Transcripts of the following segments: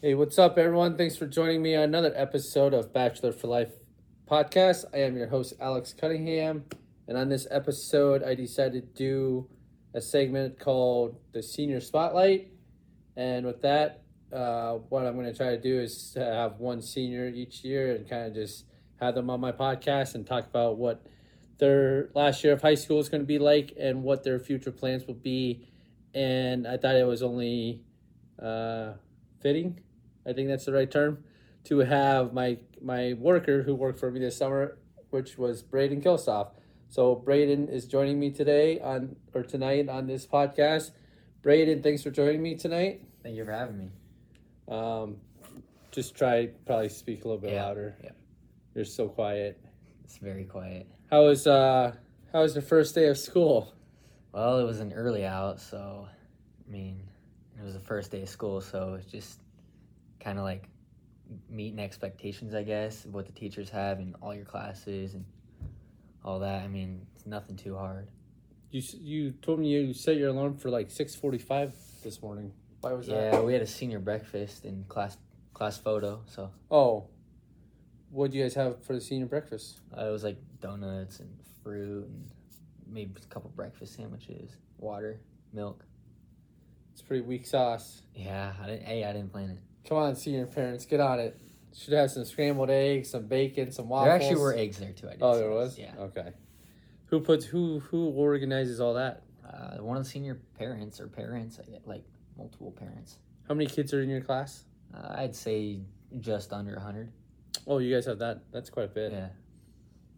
Hey, what's up, everyone? Thanks for joining me on another episode of Bachelor for Life podcast. I am your host, Alex Cunningham. And on this episode, I decided to do a segment called the Senior Spotlight. And with that, uh, what I'm going to try to do is to have one senior each year and kind of just have them on my podcast and talk about what their last year of high school is going to be like and what their future plans will be. And I thought it was only uh, fitting I think that's the right term, to have my my worker who worked for me this summer, which was Braden Kilsoff. So Braden is joining me today on or tonight on this podcast. Braden, thanks for joining me tonight. Thank you for having me. Um, just try probably speak a little bit Yeah, louder. yeah. You're so quiet. It's very quiet. How was uh how was the first day of school? Well, it was an early out, so I mean, it was the first day of school, so it's just kind of like meeting expectations, I guess, of what the teachers have in all your classes and all that. I mean, it's nothing too hard. You s- you told me you set your alarm for like six forty five this morning. Why was that? Yeah, we had a senior breakfast and class class photo, so Oh, what do you guys have for the senior breakfast? uh, it was like donuts and fruit and maybe a couple breakfast sandwiches, water, milk. It's pretty weak sauce. Yeah, I didn't, hey, I didn't plan it. Come on, senior parents, get on it. Should have some scrambled eggs, some bacon, some waffles. There actually were eggs there too. I did Oh, see there this, was. Yeah. Okay. Who puts who who organizes all that? Uh, one of the senior parents or parents, I get, like multiple parents. How many kids are in your class? Uh, I'd say just under 100. Oh, you guys have that. That's quite a bit. Yeah.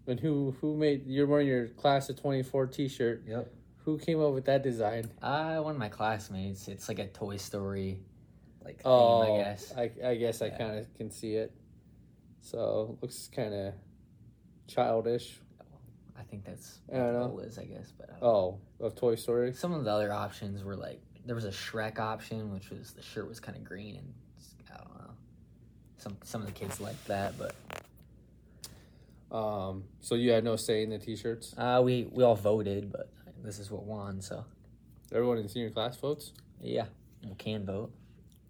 And who who made you're wearing your class of 24 T-shirt? Yep. Who came up with that design? Uh, one of my classmates. It's like a Toy Story, like theme, Oh, I guess. I, I guess I Yeah. kind of can see it. So looks kind of childish. I think that's I don't what the know. goal is, I guess. But uh, Oh, of Toy Story. some of the other options were like there was a Shrek option, which was the shirt was kind of green and s- I don't know. Some some of the kids liked that, but Um, so you had no say in the T-shirts. uh, we we all voted. But this is what won, so Everyone in senior class votes. yeah, we can vote.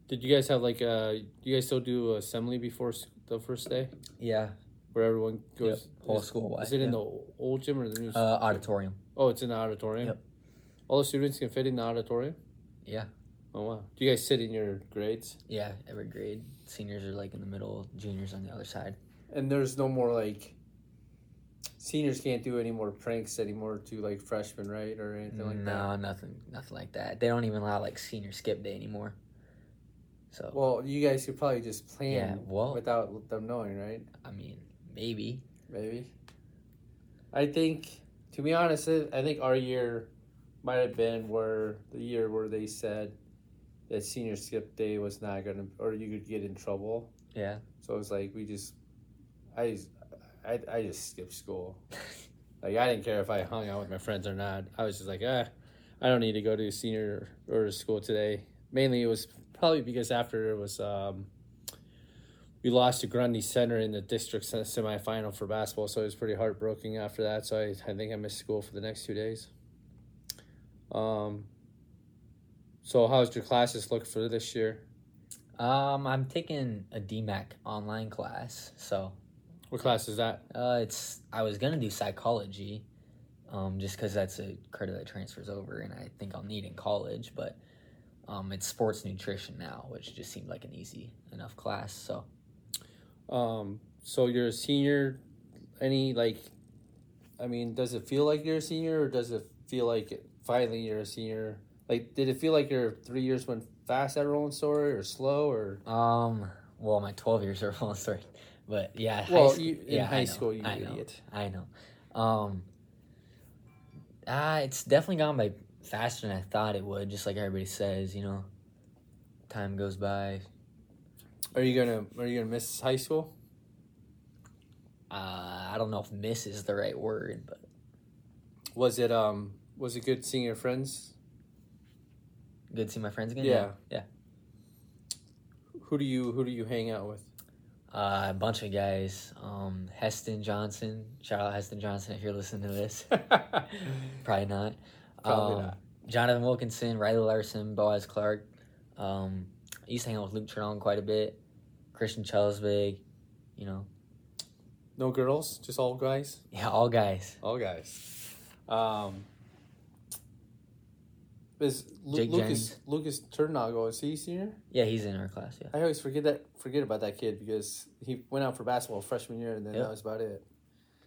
Did you guys have like uh you guys still do assembly before s- the first day Yeah, where everyone goes whole is, school wide. is it in the o- old gym or the new? s- uh, auditorium? oh, it's in the auditorium. Yep. All the students can fit in the auditorium. Yeah. Oh wow! Do you guys sit in your grades? Yeah, every grade. Seniors are like in the middle, juniors on the other side. And there's no more like seniors can't do any more pranks anymore to like freshmen, right, or anything like that. no, nothing, nothing like that. They don't even allow like senior skip day anymore. So Well, you guys could probably just plan yeah, well, without them knowing, right? I mean, maybe. Maybe. I think, to be honest, I I think our year might have been where the year where they said that senior skip day was not gonna, or you could get in trouble. Yeah. So it was like we just, I, just- I, I just skipped school. Like I didn't care if I hung out with my friends or not. I was just like, ah, I don't need to go to senior or school today. Mainly, it was probably because after it was, um, we lost to Grundy Center in the district se- semifinal for basketball, so it was pretty heartbroken after that. So I, I think I missed school for the next two days. Um. So how's your classes look for this year? Um, I'm taking a DMAC online class, so What class is that? uh, it's I was gonna do psychology, um, just because that's a credit that transfers over, and I think I'll need in college, but. Um, it's sports nutrition now, which just seemed like an easy enough class. So Um, so you're a senior. Any like, I mean, does it feel like you're a senior, or does it feel like finally you're a senior? Like, did it feel like your three years went fast at Rolling Story, or slow, or Um. Well, my twelve years are full story, but yeah. high well, sch- you, in yeah, I high know, school, you I know, idiot. I know. Um. Ah, it's definitely gone by faster than I thought it would. Just like everybody says, you know, time goes by. Are you gonna Are you gonna miss high school? Uh, I don't know if "miss" is the right word, but Was it um Was it good seeing your friends? good to see my friends again. Yeah. yeah. Who do you Who do you hang out with? Uh, a bunch of guys. Um, Heston Johnson. Shout out Heston Johnson if you're listening to this. Probably not. Probably Um, not. Jonathan Wilkinson, Riley Larson, Boaz Clark, um, I used to hang out with Luke Trelon quite a bit, Christian Chelsvig, you know, No girls, just all guys. yeah, all guys. All guys. Um, is Lu- Jake Lucas Lucas Turnago is he senior? Yeah, he's in our class. Yeah, I always forget that forget about that kid because he went out for basketball freshman year and then Yep. that was about it.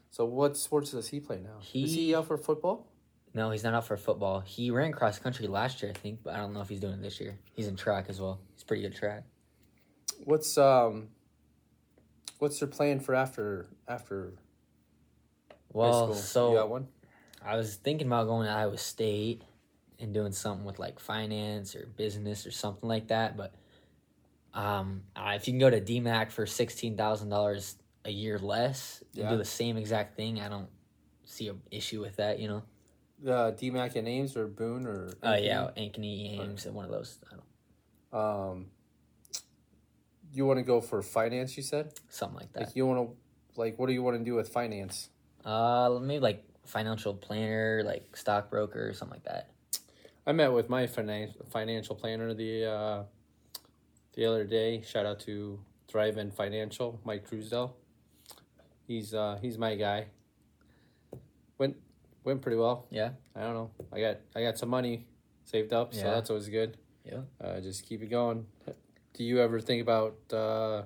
So what sports does he play now? is He- he out for football? no, he's not out for football. He ran cross country last year, I think, but I don't know if he's doing it this year. He's in track as well. He's pretty good track. What's um what's their plan for after after high Well, school? so you got one? I was thinking about going to Iowa State and doing something with like finance or business or something like that. But um, uh, if you can go to DMAC for sixteen thousand dollars a year less and Yeah. do the same exact thing, I don't see an issue with that. You know, Uh DMAC and Ames or Boone or oh anything? yeah, Ankeny Ames and one of those, I don't, Um you wanna go for finance, you said? something like that. Like you wanna like what do you want to do with finance? Uh, maybe like financial planner, like stockbroker or something like that. I met with my finan- financial planner the uh, the other day. Shout out to Thrive and Financial, Mike Truesdell. He's uh, he's my guy. Went went pretty well. Yeah. I don't know. I got I got some money saved up, so Yeah. that's always good. Yeah. Uh, just keep it going. Do you ever think about uh,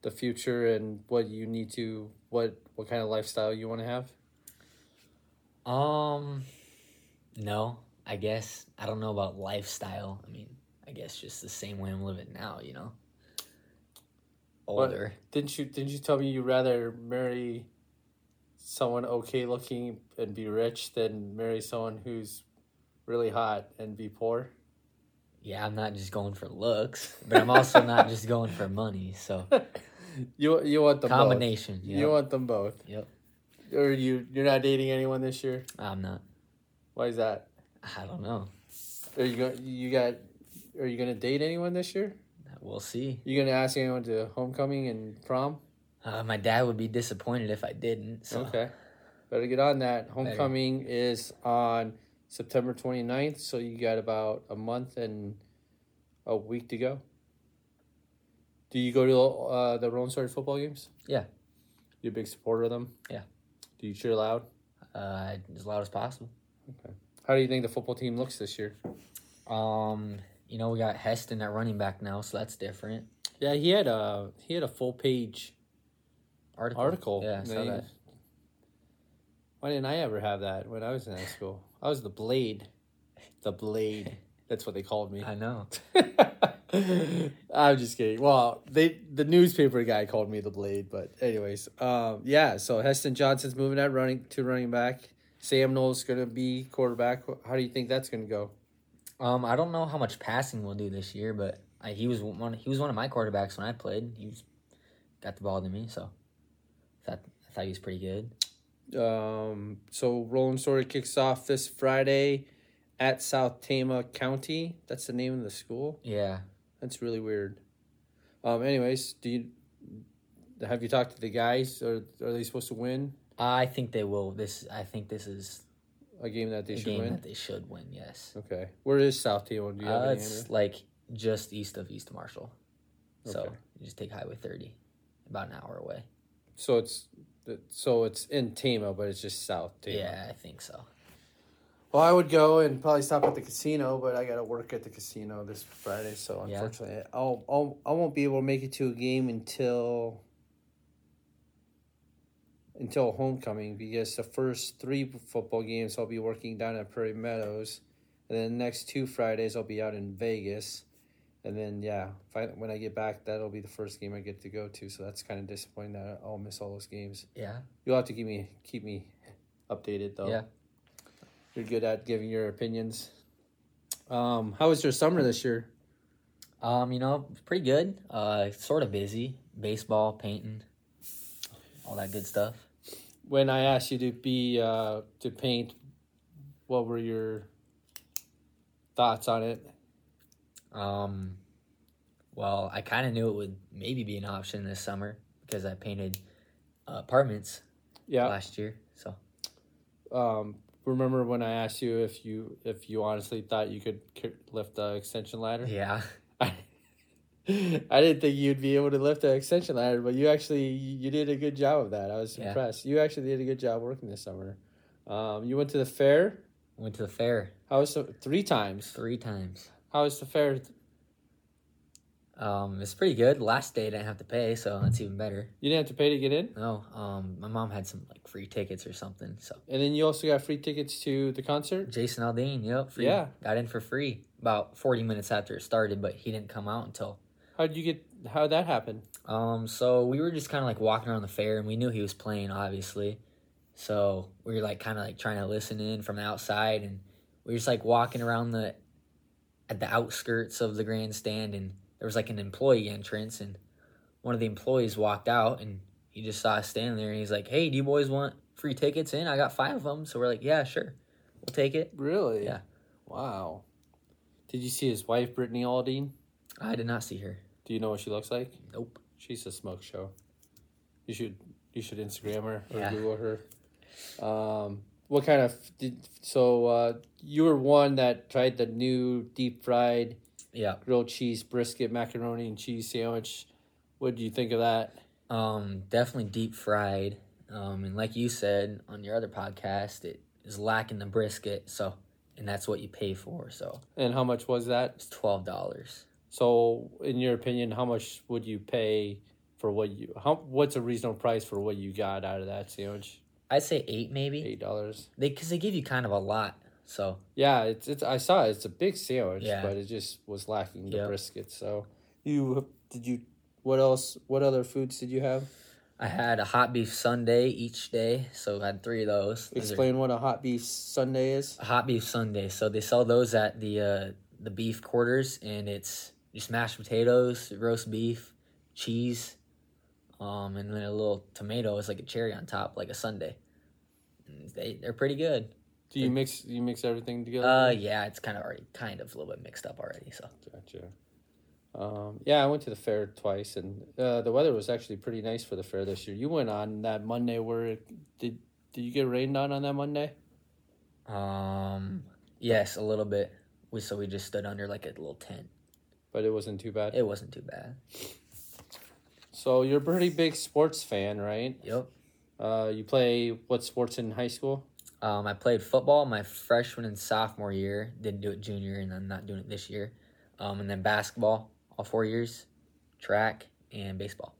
the future and what you need to what what kind of lifestyle you want to have? Um, no, I guess I don't know about lifestyle. I mean, I guess just the same way I'm living now, you know. What? Older, Didn't you didn't you tell me you'd rather marry someone okay looking and be rich than marry someone who's really hot and be poor? yeah. I'm not just going for looks, but I'm also not just going for money. So You you want them combination. both. Yeah, You want them both. Yep. Or you you're not dating anyone this year? I'm not. Why is that? I don't know. Are you go, you got are you gonna date anyone this year? We'll see. You gonna ask anyone to homecoming and prom? Uh, my dad would be disappointed if I didn't. So Okay. Better get on that. Homecoming is on September 29th, so you got about a month and a week to go. Do you go to uh, the Rolling Stars football games? Yeah. You a big supporter of them? Yeah. Do you cheer loud? uh, as loud as possible. How do you think the football team looks this year? Um, you know we got Heston at running back now, so that's different. Yeah, he had a he had a full page Article. article. Yeah, I saw They- that. Why didn't I ever have that when I was in high school? I was the blade. The blade. That's what they called me. I know. I'm just kidding. Well, they the newspaper guy called me the blade, but anyways, um, yeah. So Heston Johnson's moving at running to running back. Sam Knowles gonna be quarterback. How do you think that's gonna go? Um, I don't know how much passing we'll do this year, but I, he was one. He was one of my quarterbacks when I played. He was, got the ball to me, so thought I thought he was pretty good. Um, so Rolling Story kicks off this Friday at South Tama County. That's the name of the school. Yeah, That's really weird. Um, anyways, do you have you talked to the guys? Or are they supposed to win I think they will. This I think this is a game that they a should game win? that they should win. Yes, Okay, where is South Tama? Do you have uh, any idea? it's like just east of East Marshall, so Okay. you just take Highway thirty, about an hour away. So it's so it's in Tama, but it's just south Tama. Yeah, I think so. Well, I would go and probably stop at the casino, but I got to work at the casino this Friday, so Yeah. unfortunately, I'll, I'll I won't be able to make it to a game until until homecoming because the first three football games I'll be working down at Prairie Meadows, and then the next two Fridays I'll be out in Vegas, and then yeah, if I, when I get back, that'll be the first game I get to go to. So that's kind of disappointing that I'll miss all those games. Yeah, You'll have to keep me keep me updated though. Yeah. You're good at giving your opinions. Um, how was your summer this year? um, you know, pretty good. Uh, sort of busy. Baseball, painting, all that good stuff. When I asked you to be uh, to paint, what were your thoughts on it? Um, well, I kind of knew it would maybe be an option this summer because I painted uh, apartments Yeah. last year. So Um, remember when Mm-hmm. I asked you if you if you honestly thought you could c- lift the extension ladder? yeah, I, I didn't think you'd be able to lift the extension ladder, but you actually you did a good job of that. I was Yeah. impressed. You actually did a good job working this summer. Um, you went to the fair. Went to the fair How was the, three times? three times. How was the fair? Um, it's pretty good. Last day I didn't have to pay, so that's even better. You didn't have to pay to get in, No, um, my mom had some like free tickets or something. So and then you also got free tickets to the concert. Jason Aldean, yep, free. Yeah. got in for free about forty minutes after it started, but he didn't come out until. How would you get? How would that happen? Um, so we were just kind of like walking around the fair, and we knew he was playing, obviously. So we were like kind of like trying to listen in from the outside, and we were just like walking around the at the outskirts of the grandstand, and there was like an employee entrance, and one of the employees walked out, and he just saw us standing there, and he's like, "Hey, do you boys want free tickets in? I got five of them." So we're like, "Yeah, sure, we'll take it." Really? Yeah. Wow. Did you see his wife, Brittany Aldean? I did not see her. Do you know what she looks like? Nope. She's a smoke show. You should you should Instagram her or Yeah. Google her. Um, what kind of did so uh, you were one that tried the new deep fried Yeah. grilled cheese brisket macaroni and cheese sandwich. What do you think of that? Um, definitely deep fried. Um, and like you said on your other podcast, it is lacking the brisket. So, and that's what you pay for. So And how much was that? it's twelve dollars. So, in your opinion, how much would you pay for what you? How what's a reasonable price for what you got out of that sandwich? I'd say eight maybe. Eight dollars. They because they give you kind of a lot. So Yeah, it's it's. I saw it. it's a big sandwich, Yeah. but it just was lacking the Yep. brisket. So you did you what else? What other foods did you have? I had a hot beef sundae each day. So I had three of those. Those are- Explain what a hot beef sundae is. a hot beef sundae. So they sell those at the uh, the beef quarters, and it's just mashed potatoes, roast beef, cheese, um, and then a little tomato is like a cherry on top, like a sundae. And They they're pretty good. Do you mix you mix everything together? Uh, yeah, it's kind of already kind of a little bit mixed up already. So Gotcha. Um, yeah, I went to the fair twice, and uh, the weather was actually pretty nice for the fair this year. You went on that Monday where it, did did you get rained on on that Monday? um, yes, a little bit. We so we just stood under like a little tent. But it wasn't too bad. It wasn't too bad. So you're a pretty big sports fan, right? Yep. Uh, you play what sports in high school? Um, I played football my freshman and sophomore year. Didn't do it junior, and I'm not doing it this year. Um, and then basketball all four years, track and baseball.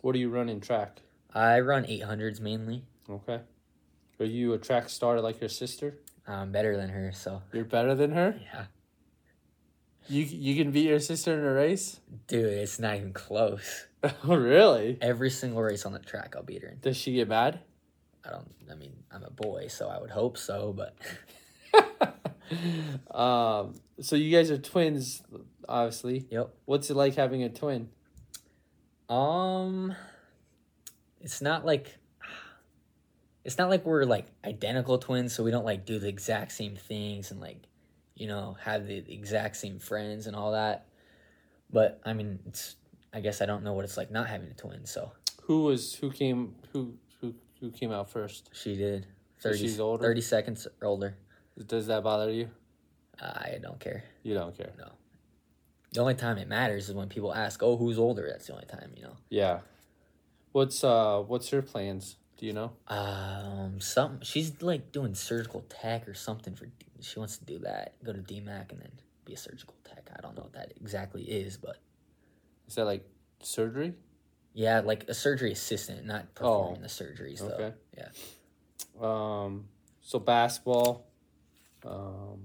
What do you run in track? I run 800s mainly. Okay. Are you a track star like your sister? I'm better than her, so You're better than her. yeah, You you can beat your sister in a race. dude, it's not even close. oh really? Every single race on the track, I'll beat her. Does she get mad? I don't. I mean, I'm a boy, so I would hope so, but um. So you guys are twins, obviously. yep. What's it like having a twin? Um, it's not like it's not like we're like identical twins, so we don't like do the exact same things and like you know have the exact same friends and all that. But I mean, it's I guess I don't know what it's like not having a twin. So Who was who came who who who came out first? she did So thirty she's older? thirty seconds older. Does that bother you? I don't care. You don't care. The only time it matters is when people ask, "Oh, who's older?" That's the only time you know. Yeah. What's uh what's her plans? Do you know? Um, something she's like doing surgical tech or something for. She wants to do that. Go to DMAC and then be a surgical tech. I don't know what that exactly is, but Is that like surgery? yeah, like a surgery assistant, not performing the surgeries though. Okay. Yeah. Um so basketball, um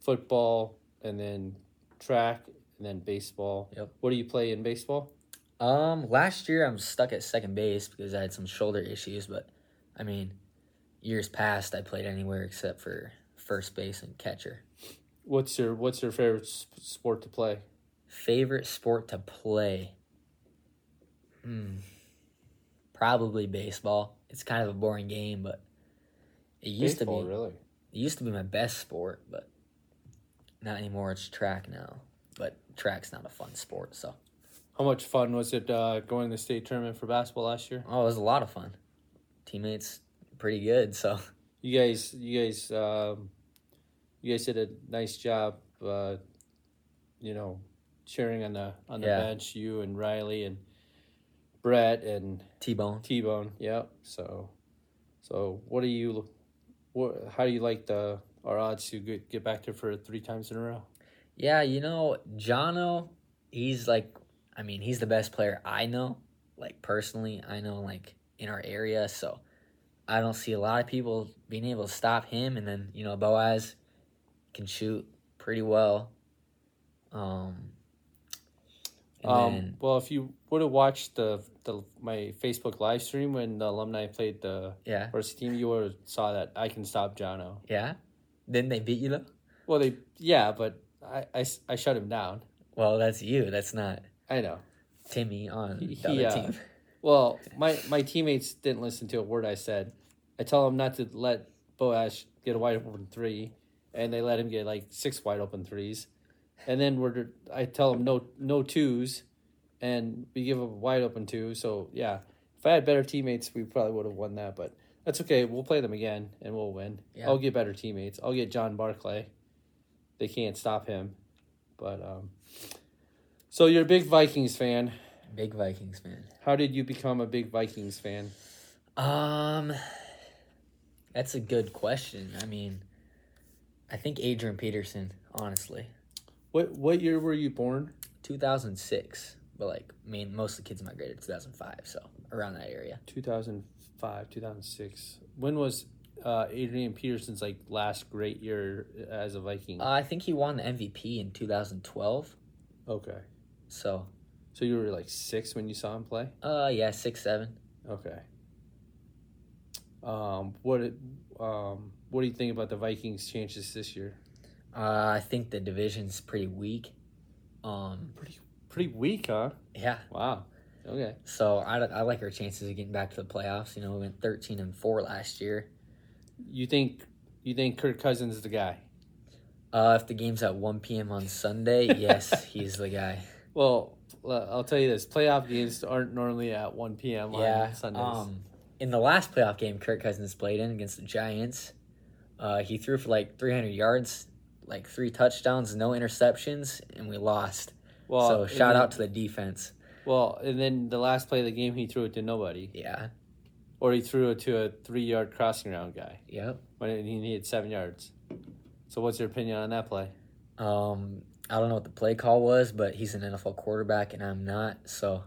football and then track and then baseball. Yep. What do you play in baseball? Um, last year I'm stuck at second base because I had some shoulder issues, but I mean, years past I played anywhere except for first base and catcher. What's your what's your favorite sp- sport to play? Favorite sport to play? Hmm. Probably baseball. It's kind of a boring game, but it used baseball, to be really. it used to be my best sport, but not anymore. It's track now. But track's not a fun sport, so How much fun was it uh, going to the state tournament for basketball last year? oh, it was a lot of fun. Teammates pretty good, so You guys, you guys, um, you guys did a nice job. Uh, you know, cheering on the on the Yeah. bench. You and Riley and Brett and T Bone. T Bone. Yep. So, so what do you, what how do you like the our odds to get get back there for three times in a row? Yeah, you know, Jono, he's like, I mean, he's the best player I know, like personally, I know, like in our area. So I don't see a lot of people being able to stop him. And then, you know, Boaz can shoot pretty well. Um, and Um, then, well, if you would have watched the the my Facebook live stream when the alumni played the yeah, first team, you would have saw that I can stop Jono. yeah. Then they beat you though. Well, they yeah, but I, I s- I shut him down. Well, that's you. That's not I know. Timmy on the He- other yeah. team. Well, my my teammates didn't listen to a word I said. I tell them not to let Boash get a wide open three, and they let him get like six wide open threes, and then we're I tell them no no twos, and we give up a wide open two. So yeah, if I had better teammates, we probably would have won that, but. That's okay. We'll play them again and we'll win. Yeah. I'll get better teammates. I'll get John Barclay. They can't stop him. But um so you're a big Vikings fan. Big Vikings fan. How did you become a big Vikings fan? Um, that's a good question. I mean, I think Adrian Peterson, honestly, What what year were you born? 2006, but like, I mean, most of the kids migrated 2005, so around that area. 2005, 2006. When was uh, Adrian Peterson's like last great year as a Viking? Uh, I think he won the MVP in 2012. okay. So, So you were like 6 when you saw him play? uh, yeah, six, seven. Okay. Um what um what do you think about the Vikings chances this year? Uh, I think the division's pretty weak. Um, Pretty pretty weak, huh? yeah. Wow. Okay. So I, I like our chances of getting back to the playoffs. You know, we went 13 and four last year. You think you think Kirk Cousins is the guy? Uh, if the game's at 1 p.m. on Sunday, yes, he's the guy. Well, l- I'll tell you this: playoff games aren't normally at one p.m. yeah. on Sundays. Um, in the last playoff game Kirk Cousins played in against the Giants, uh, he threw for like 300 yards, like three touchdowns, no interceptions, and we lost. well, so and shout then- out to the defense. Well, and then the last play of the game, he threw it to nobody, Yeah. or he threw it to a three-yard crossing round guy Yep. when he needed seven yards. So, what's your opinion on that play? Um, I don't know what the play call was, but he's an NFL quarterback and I'm not, so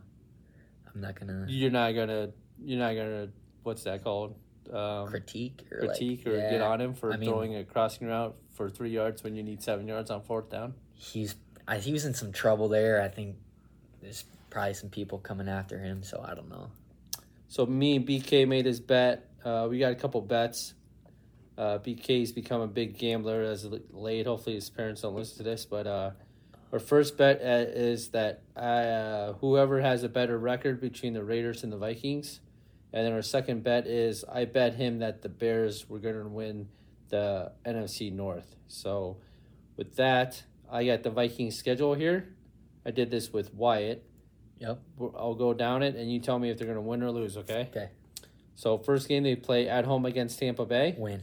I'm not gonna You're not gonna, you're not gonna, what's that called? Um, critique or like- critique or get yeah. on him for I mean- throwing a crossing route for three yards when you need seven yards on fourth down. he's I, he was in some trouble there. I think there's probably some people coming after him, so I don't know. So me and BK made this bet. Uh, we got a couple bets. Uh, BK's become a big gambler as of late. Hopefully his parents don't listen to this, but uh, our first bet uh, is that uh, whoever has a better record between the Raiders and the Vikings, and then our second bet is I bet him that the Bears were going to win the NFC North. So with that, I got the Vikings schedule here. I did this with Wyatt. Yep. We'll- I'll go down it, and you tell me if they're going to win or lose. Okay. Okay. So first game they play at home against Tampa Bay. Win.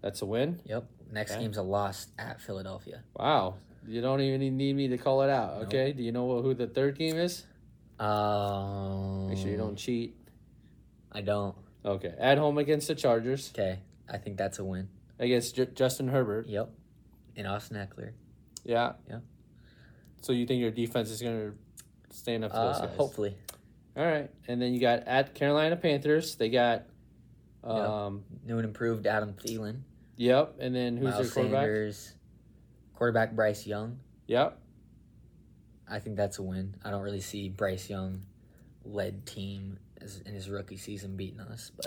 That's a win. Yep. Next Okay. game's a loss at Philadelphia. Wow. You don't even need me to call it out. Nope. Okay. Do you know who the third game is? Um, Make sure you don't cheat. I don't. Okay. At home against the Chargers Okay. I think that's a win. against J- Justin Herbert. Yep. And Austin Eckler. Yeah. Yeah. So you think your defense is going to stand up to those Uh, guys? hopefully. All right. And then you got at Carolina Panthers. They got. Yeah. Um. New and improved Adam Thielen. Yep. And then who's Miles their quarterback? Sanders. Quarterback Bryce Young. Yep. I think that's a win. I don't really see Bryce Young led team as, in his rookie season beating us, but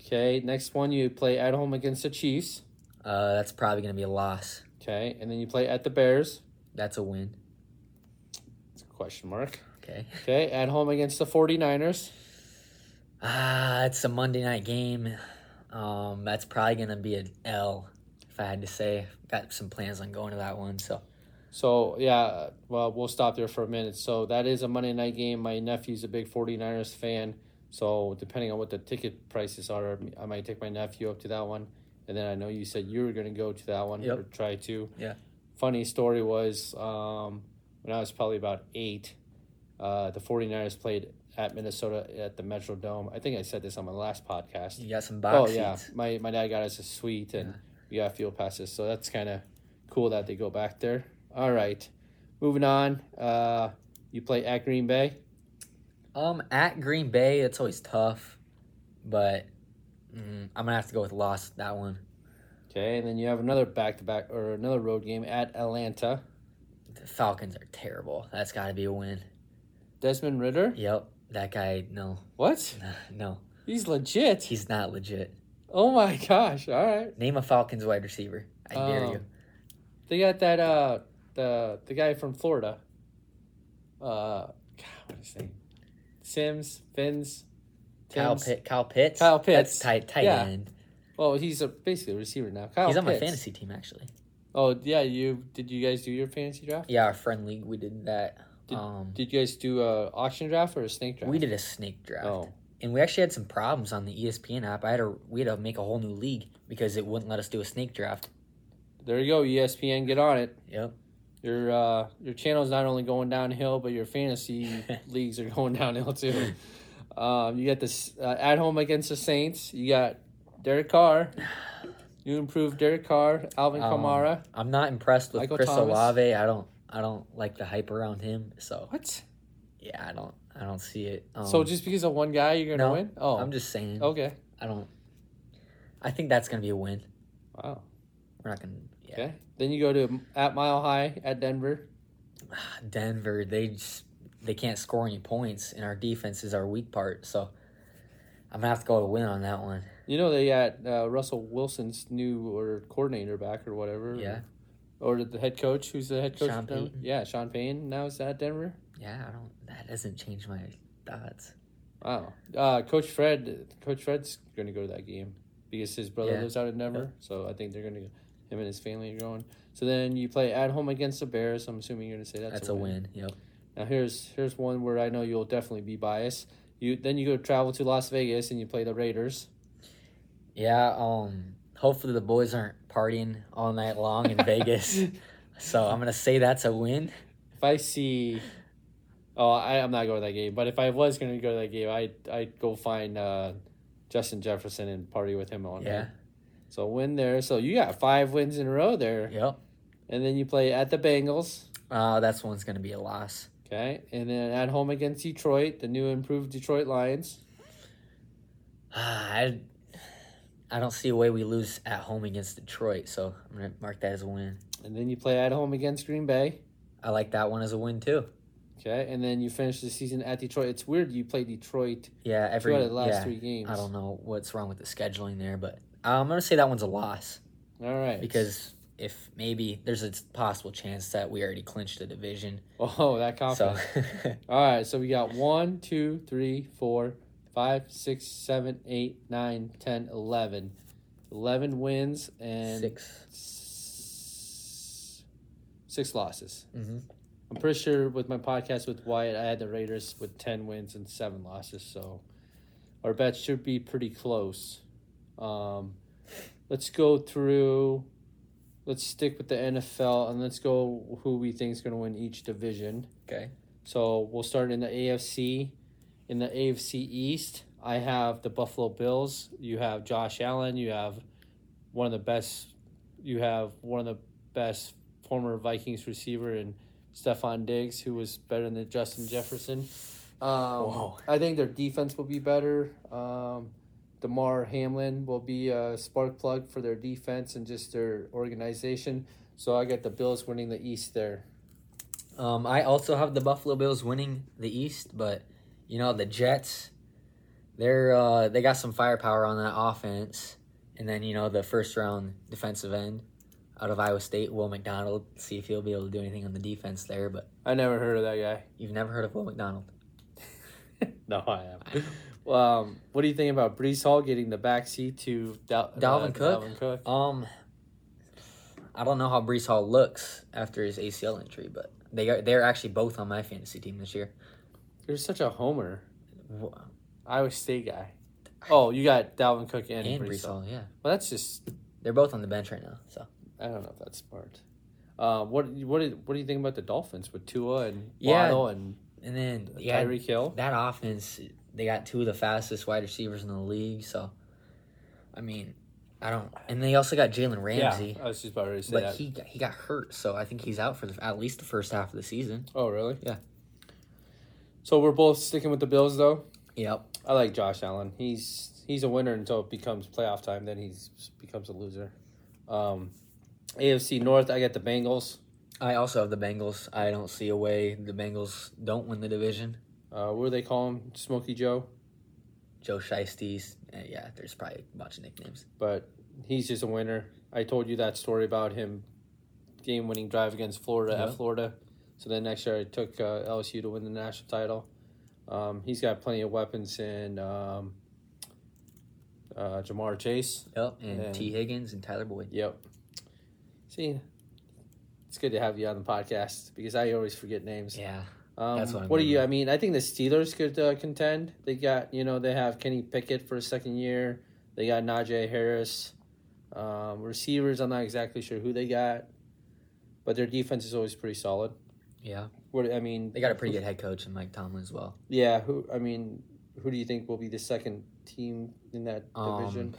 Okay. Next one you play at home against the Chiefs. uh, that's probably going to be a loss. Okay, and then you play at the Bears. That's a win. It's a question mark. Okay. Okay, at home against the 49ers. Ah, it's a Monday night game. Um, that's probably gonna be an L, if I had to say. Got some plans on going to that one, so So, yeah, well, we'll stop there for a minute. So, that is a Monday night game. My nephew's a big 49ers fan. So, depending on what the ticket prices are, I might take my nephew up to that one. And then I know you said you were going to go to that one Yep. or try to. Yeah. Funny story was um, when when I was probably about eight. Uh, the 49ers played at Minnesota at the Metrodome. I think I said this on my last podcast. You got some Oh box yeah, seats. my my dad got us a suite and we got fuel passes, so that's kind of cool that they go back there. All right, moving on. Uh, you play at Green Bay. Um, at Green Bay, it's always tough, but mm, I'm gonna have to go with loss that one. Okay, and then you have another back to back or another road game at Atlanta. The Falcons are terrible. That's got to be a win. Desmond Ritter. Yep, that guy. No, What? no, He's legit. he's not legit. Oh my gosh! All right, Name a Falcons wide receiver. I dare Um, you. they got that uh the the guy from Florida. Uh, God, what is his name? Sims, Fins, Kyle, Tims. Pitt, Kyle Pitts. Kyle Pitts. That's tight tight Yeah. end. Well, Oh, he's a basically a receiver now. Kyle he's on my Pitts. fantasy team actually. Oh yeah, you did. You guys do your fantasy draft? Yeah, our friend league we did that. um, Did you guys do a auction draft or a snake draft? we did a snake draft. Oh, and we actually had some problems on the E ESPN app. I had to we had to make a whole new league because it wouldn't let us do a snake draft. Um, there you go, E ESPN. Get on it. Yep. Your uh, your channel's not only going downhill, but your fantasy leagues are going downhill too. Um, you got this uh, at home against the Saints. You got Derek Carr. You improved Derek Carr, Alvin Um, Kamara. I'm not impressed with Michael Chris Thomas. Olave. I don't I don't like the hype around him. So What? yeah, I don't I don't see it. Um, so just because of one guy, you're gonna no, win? Oh, I'm just saying. okay. I don't. I think that's gonna be a win. Wow. We're not gonna. Yeah. Okay. Then you go to at Mile High at Denver. Denver, they just they can't score any points, and our defense is our weak part. So I'm gonna have to go to win on that one. You know they got uh, Russell Wilson's new or coordinator back or whatever. Yeah. Or the head coach, who's the head coach? Sean of Denver? Payton. Yeah, Sean Payton. Now is at Denver. Yeah, I don't. That doesn't change my thoughts. Wow. Uh, coach Fred. Coach Fred's going to go to that game because his brother Yeah. lives out in Denver. So I think they're going to. Him and his family are going. So then you play at home against the Bears. I'm assuming you're going to say that's, That's, a, win. Yep. Now here's here's one where I know you'll definitely be biased. You then you go travel to Las Vegas and you play the Raiders. Yeah. Um. Hopefully the boys aren't partying all night long in Vegas. So I'm gonna say that's a win. If I see, oh, I, I'm not going to that game. But if I was going to go to that game, I I'd go find uh, Justin Jefferson and party with him on. Yeah. there. So win there. So you got five wins in a row there, Yep. and then you play at the Bengals. Uh, that's one's gonna be a loss. Okay, and then at home against Detroit, the new improved Detroit Lions. I, I don't see a way we lose at home against Detroit. So I'm gonna mark that as a win. And then you play at home against Green Bay. I like that one as a win too. Okay, and then you finish the season at Detroit. It's weird you play Detroit Yeah, every throughout the last yeah, three games. I don't know what's wrong with the scheduling there, but I'm gonna say that one's a loss All right. because if maybe there's a possible chance that we already clinched the division. oh, that confidence. So All right, so we got one, two, three, four, five, six, seven, eight, nine, ten, eleven. Eleven wins and six. s- six losses. Mhm. I'm pretty sure with my podcast with Wyatt, I had the Raiders with ten wins and seven losses, so our bets should be pretty close. Um, let's go through. Let's stick with the NFL and let's go who we think is going to win each division. Okay. So we'll start in the AFC. In the AFC East, I have the Buffalo Bills. You have Josh Allen. You have one of the best. You have one of the best former Vikings receiver in Stephon Diggs, who was better than Justin Jefferson. Um, Wow. I think their defense will be better. Um, Damar Hamlin will be a spark plug for their defense and just their organization. So I got the Bills winning the East there. Um, I also have the Buffalo Bills winning the East, but you know the Jets, they're uh, they got some firepower on that offense, and then you know the first round defensive end out of Iowa State, Will McDonald. See if he'll be able to do anything on the defense there. But I never heard of that guy. you've never heard of Will McDonald. No, I am. um, what do you think about Brees Hall getting the backseat to Dal- uh, Dalvin Cook? Dalvin Cook. Um, I don't know how Brees Hall looks after his ACL injury, but they are they're actually both on my fantasy team this year. You're such a homer. Wha- Iowa State guy. Oh, you got Dalvin Cook and, And Brees Brees Hall. Hall, yeah, Well, that's just they're both on the bench right now. So I don't know if that's smart. Uh, what what did, what do you think about the Dolphins with Tua and Yeah. Waddle and And then yeah, Tyreek Hill? that offense, they got two of the fastest wide receivers in the league. So, I mean, I don't. And they also got Jalen Ramsey, Yeah, I was just about ready to say but that. he got- he got hurt, so I think he's out for the, at least the first half of the season. oh, really? Yeah. So we're both sticking with the Bills, though. Yep. I like Josh Allen. He's he's a winner until it becomes playoff time. Then he's becomes a loser. Um, AFC North, I got the Bengals. I also have the Bengals. I don't see a way the Bengals don't win the division. Uh, what do they call him? Smokey Joe. Joe Shiesty's, uh, yeah, there's probably a bunch of nicknames. but he's just a winner. I told you that story about him game winning drive against Florida Yeah. at Florida. So then next year I took uh, LSU to win the national title. Um, he's got plenty of weapons in um, uh, Jamar Chase. Yep, and Yeah. T. Higgins and Tyler Boyd. Yep. See, it's good to have you on the podcast because I always forget names. Yeah, Um, That's what I what do mean. you? I mean, I think the Steelers could uh, contend. They got you know they have Kenny Pickett for a second year. They got Najee Harris. Um, receivers, I'm not exactly sure who they got, but their defense is always pretty solid. yeah. What I mean, They got a pretty good head coach in Mike Tomlin as well. yeah. Who I mean, who do you think will be the second team in that Um, division?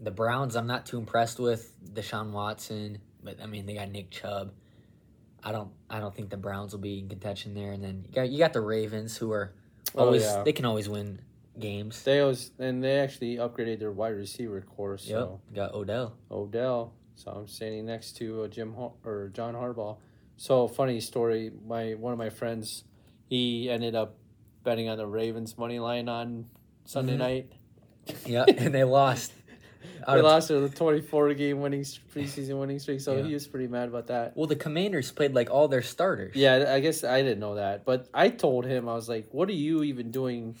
The Browns, I'm not too impressed with Deshaun Watson, but I mean they got Nick Chubb. I don't, I don't think the Browns will be in contention there. And then you got you got the Ravens, who are Oh, always yeah. they can always win games. They always and they actually upgraded their wide receiver course. Yep, So got Odell. Odell. So I'm standing next to uh, Jim Har- or John Harbaugh. So funny story. My one of my friends, he ended up betting on the Ravens money line on Sunday Mhm. night. Yep, and they lost. Out They of- lost the 24 game winning s- preseason winning streak. So Yeah. he was pretty mad about that. Well, the Commanders played like all their starters. Yeah, I guess I didn't know that, but I told him I was like, "What are you even doing?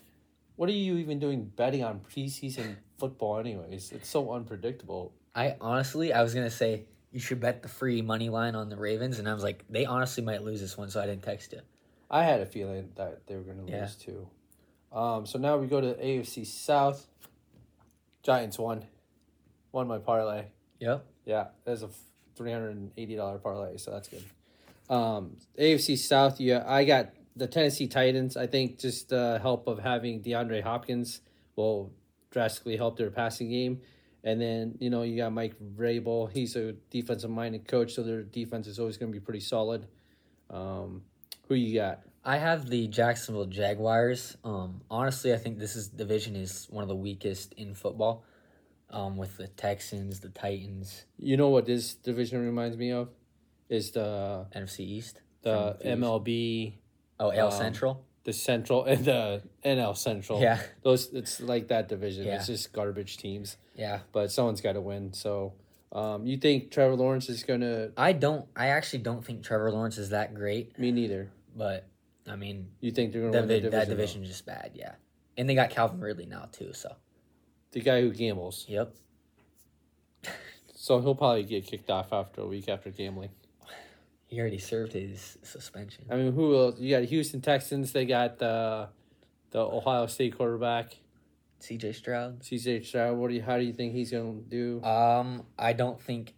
What are you even doing betting on preseason football? Anyways, it's so unpredictable." I honestly, I was gonna say you should bet the free money line on the Ravens, and I was like, they honestly might lose this one, so I didn't text you. I had a feeling that they were going to Yeah. lose too. Um, so now we go to AFC South. Giants won, won my parlay. Yep. Yeah, that's a three hundred and eighty dollar parlay, so that's good. Um, AFC South, yeah, I got the Tennessee Titans. I think just the help of having DeAndre Hopkins will drastically help their passing game. And then you know you got Mike Vrabel. He's a defensive minded coach, so their defense is always going to be pretty solid. Um, who you got? I have the Jacksonville Jaguars. Um, honestly, I think this is division is one of the weakest in football. Um, with the Texans, the Titans, You know what this division reminds me of is the NFC East, the From the East. MLB, oh AL Um, Central, the Central, and the NL Central. yeah, those it's like that division. It's Yeah. just garbage teams, yeah. but someone's got to win. So, um, you think Trevor Lawrence is gonna? I don't, I actually don't think Trevor Lawrence is that great, Me neither. but I mean, You think they're gonna that, win the division? that though? division is just bad, yeah. And they got Calvin Ridley now too, so The guy who gambles, yep. so he'll probably get kicked off after a week after gambling. He already served his suspension. I mean, who else? You got Houston Texans. They got the the Ohio State quarterback CJ Stroud. C.J. Stroud. What do you? How do you think he's gonna do? Um, I don't think,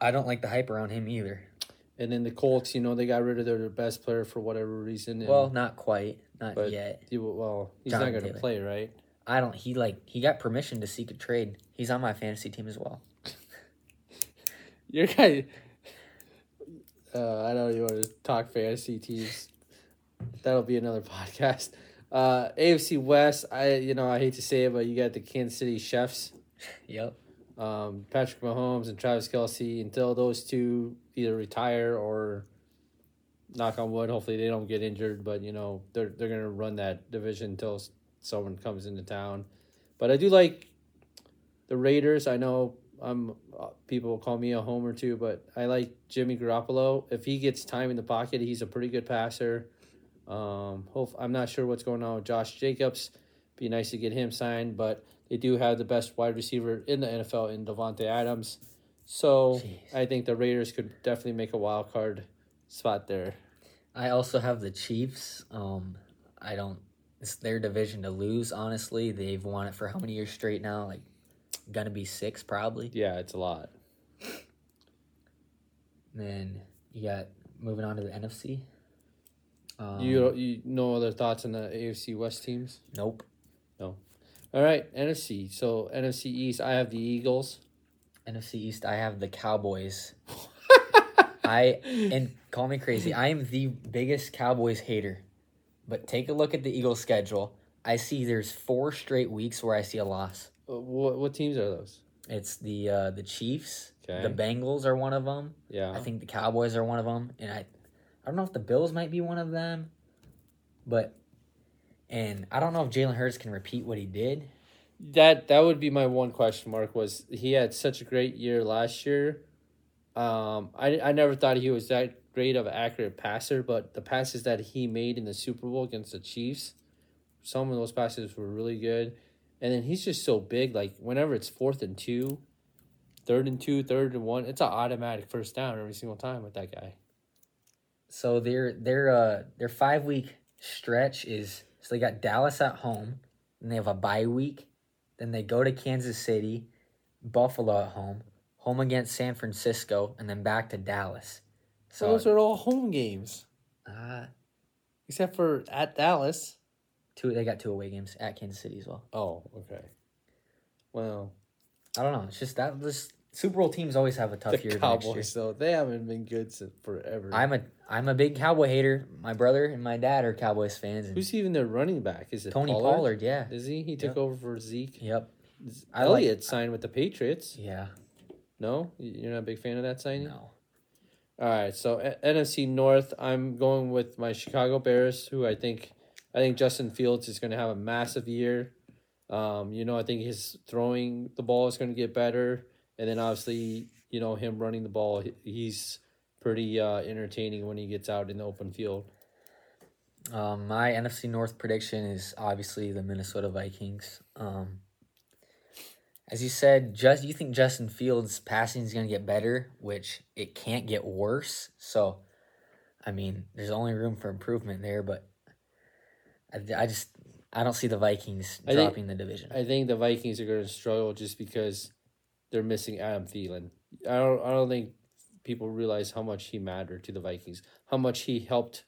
I don't like the hype around him either. And then the Colts, you know, they got rid of their best player for whatever reason. And Well, not quite, not But- yet. he, well, he's Jonathan not going to Taylor. play, right? I don't. He like he got permission to seek a trade. He's on my fantasy team as well. Your guy. Uh, I know you want to talk fantasy teams. That'll be another podcast. Uh, AFC West. I you know I hate to say it, but you got the Kansas City Chiefs. Yep. Um, Patrick Mahomes and Travis Kelsey. Until those two either retire or, knock on wood, hopefully they don't get injured. But you know they're they're gonna run that division until s- someone comes into town. But I do like the Raiders. I know I'm uh, people call me a homer too, but I like Jimmy Garoppolo. If he gets time in the pocket, he's a pretty good passer. Um, hope I'm not sure what's going on with Josh Jacobs. Be nice to get him signed, but they do have the best wide receiver in the NFL in Devontae Adams. So Jeez. I think the Raiders could definitely make a wild card spot there. I also have the Chiefs. Um, I don't. It's their division to lose. Honestly, they've won it for how many years straight now? Like, gonna be six probably. Yeah, it's a lot. then you got moving on to the NFC. Um, you don't- you no other thoughts on the AFC West teams? nope. All right, NFC. So NFC East, I have the Eagles. NFC East. I have the Cowboys. I Uh, and call me crazy. I am the biggest Cowboys hater. But take a look at the Eagles schedule. I see there's four straight weeks where I see a loss. what what teams are those? It's the uh, the Chiefs. The Okay. Bengals are one of them. Yeah. I think the Cowboys are one of them, and I, I don't know if the Bills might be one of them, but, and I don't know if Jalen Hurts can repeat what he did. That that would be my one question mark was he had such a great year last year. Um, I I never thought he was that great of an accurate passer, but the passes that he made in the Super Bowl against the Chiefs, some of those passes were really good. And then he's just so big, like whenever it's fourth and two, third and two, third and one, it's an automatic first down every single time with that guy. So their their uh their five week stretch is so they got Dallas at home, and they have a bye week, then they go to Kansas City, Buffalo at home, home against San Francisco, and then back to Dallas. So So those are all home games. uh, Except for at Dallas. two they got two away games at Kansas City as well. Oh, okay. Well, I don't know. It's just that this Super Bowl teams always have a tough the year. Cowboys, Next though, they haven't been good since forever. year. I'm a I'm a big Cowboy hater. My brother and my dad are Cowboys fans. And Who's even their running back? Is it Tony Pollard? Yeah. Is he? He took Yep. over for Zeke. Yep. Z- I like- Elliott signed with the Patriots. Yeah. No, Y- you're not a big fan of that signing. No. All right, so E-, a- NFC North, I'm going with my Chicago Bears, who I think, I think Justin Fields is going to have a massive year. Um, you know, I think his throwing the ball is going to get better, and then obviously, you know, him running the ball, he- he's pretty uh, entertaining when he gets out in the open field. Um, my NFC North prediction is obviously the Minnesota Vikings. Um, as you said, just you think Justin Fields' passing is going to get better, which it can't get worse. So, I mean, there's only room for improvement there, but I, I just I don't see the Vikings I think- dropping the division. I think the Vikings are going to struggle just because they're missing Adam Thielen. I don't. I don't think people realize how much he mattered to the Vikings. How much he helped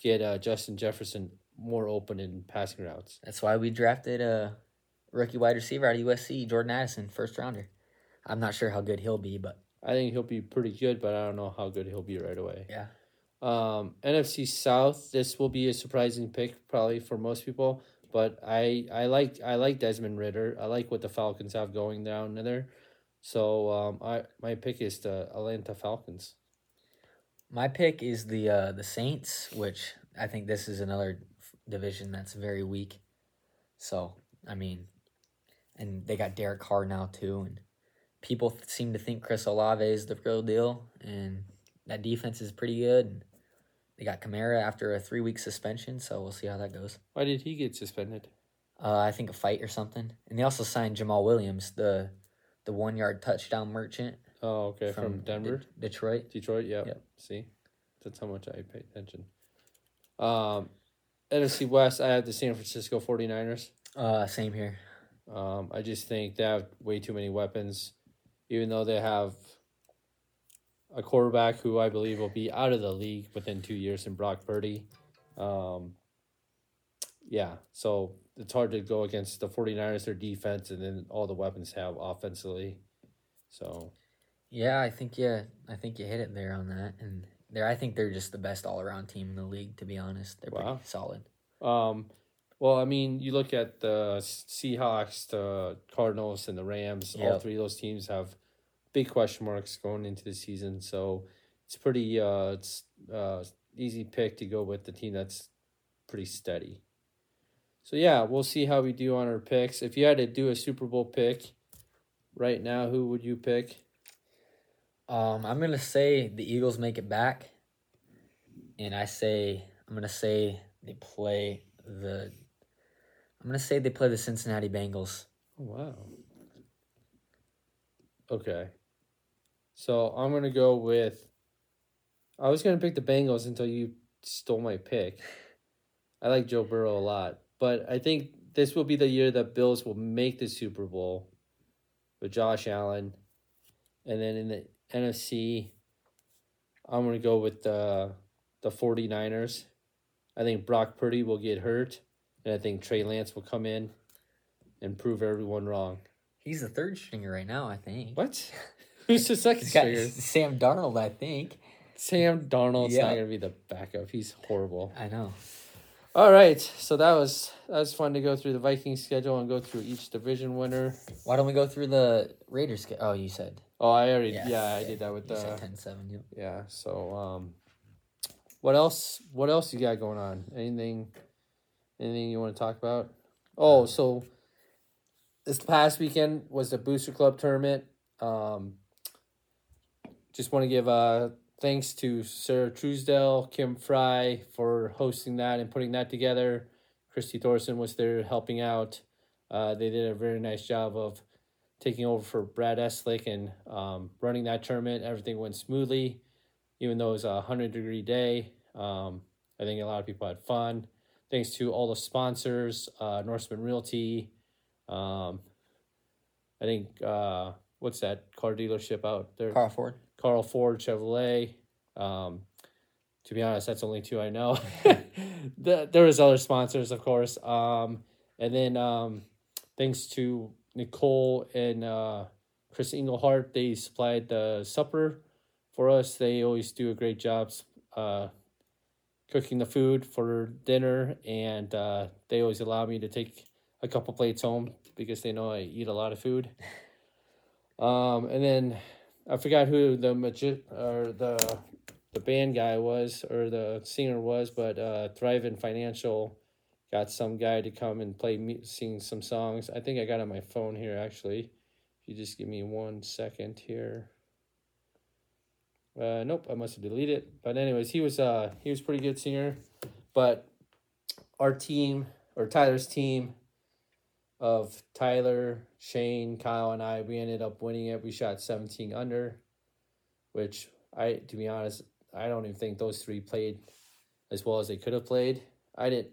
get uh, Justin Jefferson more open in passing routes. That's why we drafted a rookie wide receiver out of USC, Jordan Addison, first rounder. I'm not sure how good he'll be, but I think he'll be pretty good, but I don't know how good he'll be right away. yeah. Um, NFC South. This will be a surprising pick probably for most people, but I I like I like Desmond Ritter. I like what the Falcons have going down there. So um, I my pick is the Atlanta Falcons. My pick is the uh, the Saints, which I think this is another f- division that's very weak. So I mean, and they got Derek Carr now too, and people th- seem to think Chris Olave is the real deal, and that defense is pretty good. And they got Kamara after a three week suspension, so we'll see how that goes. Why did he get suspended? Uh, I think a fight or something, and they also signed Jamal Williams, the the one yard touchdown merchant Oh, okay, from, De- Denver, Detroit. Detroit. Yeah, Yep. see, that's how much I pay attention. Um, NFC West, I have the San Francisco 49ers. Uh, same here. Um, I just think they have way too many weapons, even though they have a quarterback who I believe will be out of the league within two years in Brock Purdy. Um, yeah, so it's hard to go against the 49ers, their defense, and then all the weapons they have offensively. So Yeah, I think yeah, I think you hit it there on that, and they're I think they're just the best all around team in the league. To be honest, they're Wow. pretty solid. Um, well, I mean, you look at the Seahawks, the Cardinals, and the Rams. All Yep. three of those teams have big question marks going into the season. So it's pretty uh, it's uh, easy pick to go with the team that's pretty steady. So yeah, we'll see how we do on our picks. If you had to do a Super Bowl pick right now, who would you pick? Um, I'm gonna say the Eagles make it back, and I say I'm gonna say they play the. I'm gonna say they play the Cincinnati Bengals. Oh, wow. Okay. So I'm gonna go with. I was gonna pick the Bengals until you stole my pick. I like Joe Burrow a lot, but I think this will be the year that Bills will make the Super Bowl with Josh Allen, and then in the NFC, I'm going to go with uh, the 49ers. I think Brock Purdy will get hurt, and I think Trey Lance will come in and prove everyone wrong. He's the third stringer right now, I think. What? Who's the second He's got stringer? Sam Darnold, I think. Sam Darnold's not Yeah. going to be the backup. He's horrible. I know. All right, so that was that was fun to go through the Vikings schedule and go through each division winner. Why don't we go through the Raiders? Sca- oh, you said. Oh, I already Yeah. yeah, I did that with You said the 10 7. Yep. yeah. So um, what else? What else you got going on? Anything? Anything you want to talk about? Oh, so this past weekend was the Booster Club tournament. Um, just want to give uh thanks to Sarah Truesdell, Kim Fry for hosting that and putting that together. Christy Thorson was there helping out. Uh, they did a very nice job of taking over for Brad Eslick and um, running that tournament. Everything went smoothly, even though it was a 100 degree day. Um, I think a lot of people had fun. Thanks to all the sponsors, uh, Norseman Realty. Um, I think, uh, what's that car dealership out there? Carl Ford. Carl Ford Chevrolet. Um, to be honest, that's only two I know. The- there was other sponsors, of course. Um, and then um, thanks to Nicole and uh, Chris Englehart, they supplied the supper for us. They always do a great job uh, cooking the food for dinner, and uh, they always allow me to take a couple plates home because they know I eat a lot of food. Um, and then I forgot who the magi- or the the band guy was or the singer was, but uh, Thriving Financial got some guy to come and play me sing some songs. I think I got it on my phone here actually. If you just give me one second here. Uh, nope, I must have deleted it. But anyways, he was uh he was a pretty good singer, but our team or Tyler's team of Tyler, Shane, Kyle, and I, we ended up winning it. We shot 17 under, which I, to be honest, I don't even think those three played as well as they could have played. I didn't.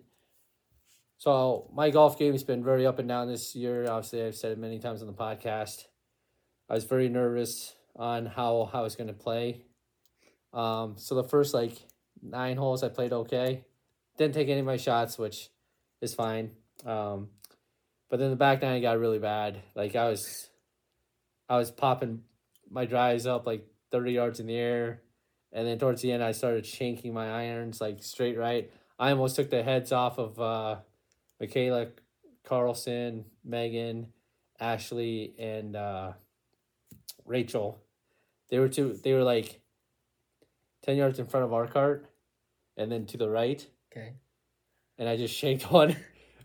So my golf game has been very up and down this year. Obviously, I've said it many times on the podcast. I was very nervous on how, how I was going to play. Um, so the first like nine holes, I played okay. Didn't take any of my shots, which is fine. Um, but then the back nine got really bad. Like I was, I was popping my drives up like thirty yards in the air, and then towards the end I started shanking my irons like straight right. I almost took the heads off of uh, Michaela Carlson, Megan, Ashley, and uh, Rachel. They were two. They were like ten yards in front of our cart, and then to the right Okay. and I just shanked one.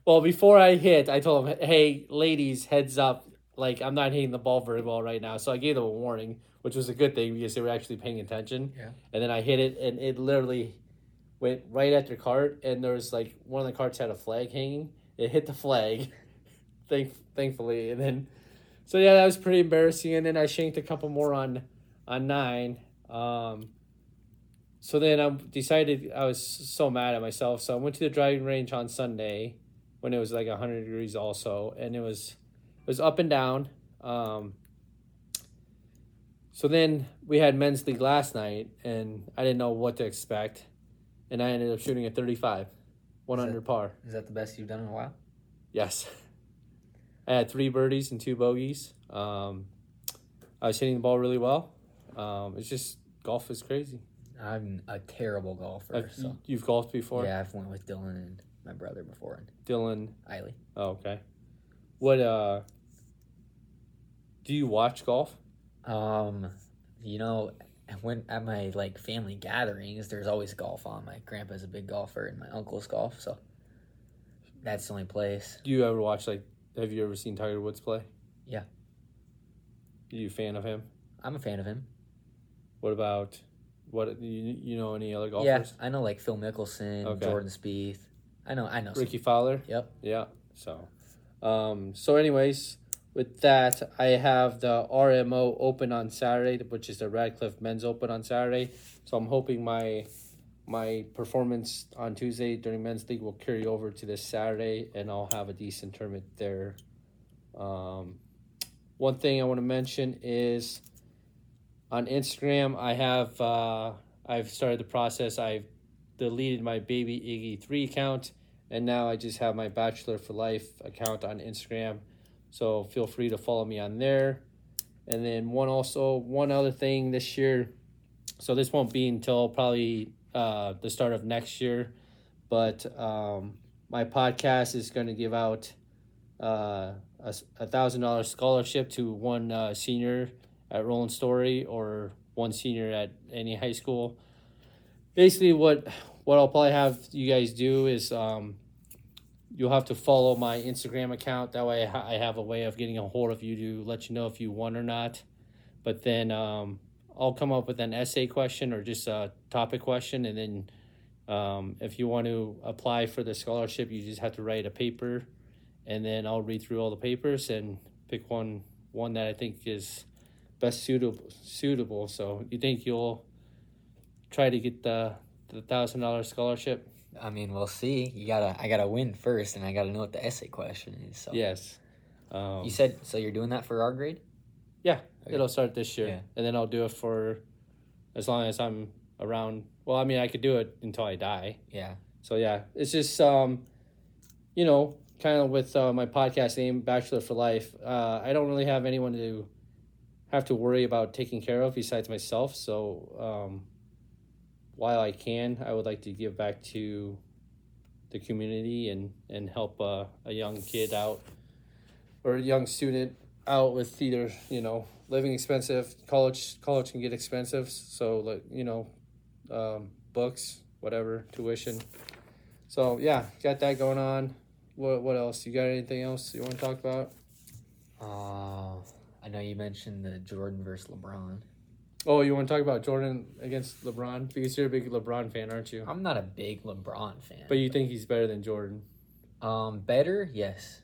well, before I hit, I told him, "Hey, ladies, heads up! Like I'm not hitting the ball very well right now." So I gave them a warning, which was a good thing because they were actually paying attention. Yeah. And then I hit it, and it literally went right at their cart. And there was like one of the carts had a flag hanging. It hit the flag, thank thankfully. And then, so yeah, that was pretty embarrassing. And then I shanked a couple more on on nine. Um, so then I decided I was so mad at myself. So I went to the driving range on Sunday when it was like 100 degrees also and it was it was up and down. Um, so then we had men's league last night and I didn't know what to expect and I ended up shooting a 35 one Is under par. Is that the best you've done in a while? Yes. I had three birdies and two bogeys. Um, I was hitting the ball really well. Um, it's just golf is crazy. I'm a terrible golfer. Like, so. You've golfed before? Yeah, I've went with Dylan and my brother before and Dylan Eiley. Oh, okay. What uh do you watch golf? Um, you know, when at my like family gatherings, there's always golf on. My grandpa's a big golfer, and my uncle's golf, so that's the only place. Do you ever watch like have you ever seen Tiger Woods play? Yeah. Are you a fan of him? I'm a fan of him. What about what you, you know any other Yeah, golfers? I know like Phil Mickelson, Okay. Jordan Spieth. I know, I know. some- Ricky Fowler? Yep. Yeah. So um so anyways, with that I have the RMO open on Saturday, which is the Radcliffe men's open on Saturday. So I'm hoping my my performance on Tuesday during men's league will carry over to this Saturday, and I'll have a decent tournament there. Um, one thing I want to mention is on Instagram, I have uh, I've started the process. I've deleted my baby Iggy three account, and now I just have my Bachelor for Life account on Instagram. So feel free to follow me on there. And then one also one other thing this year. So this won't be until probably uh, the start of next year, but um, my podcast is going to give out uh, a thousand dollar scholarship to one uh, senior at Roland Story or one senior at any high school. Basically, what what I'll probably have you guys do is um, you'll have to follow my Instagram account. That way, I ha- I have a way of getting a hold of you to let you know if you won or not. But then um, I'll come up with an essay question or just a topic question, and then um, if you want to apply for the scholarship, you just have to write a paper, and then I'll read through all the papers and pick one one that I think is best suitable suitable. So you think you'll try to get the the thousand dollar scholarship? I mean, we'll see. You gotta, I gotta win first, and I gotta know what the essay question is. So. Yes. Um, You said so. You're doing that for our grade. okay. it'll start this year, Yeah. and then I'll do it for as long as I'm around. Well, I mean, I could do it until I die. Yeah. So yeah, it's just um, you know, kind of with uh, my podcast name, Bachelor for Life. Uh, I don't really have anyone to have to worry about taking care of besides myself. So um, while I can, I would like to give back to the community and and help uh, a young kid out or a young student out with either you know living expensive college college can get expensive so like you know um, books whatever tuition so yeah, got that going on. What what else? You got anything else you want to talk about? Uh, I know you mentioned the Jordan versus LeBron. Oh, you want to talk about Jordan against LeBron because you're a big LeBron fan, aren't you? I'm not a big LeBron fan. But you think he's better than Jordan? um better? Yes.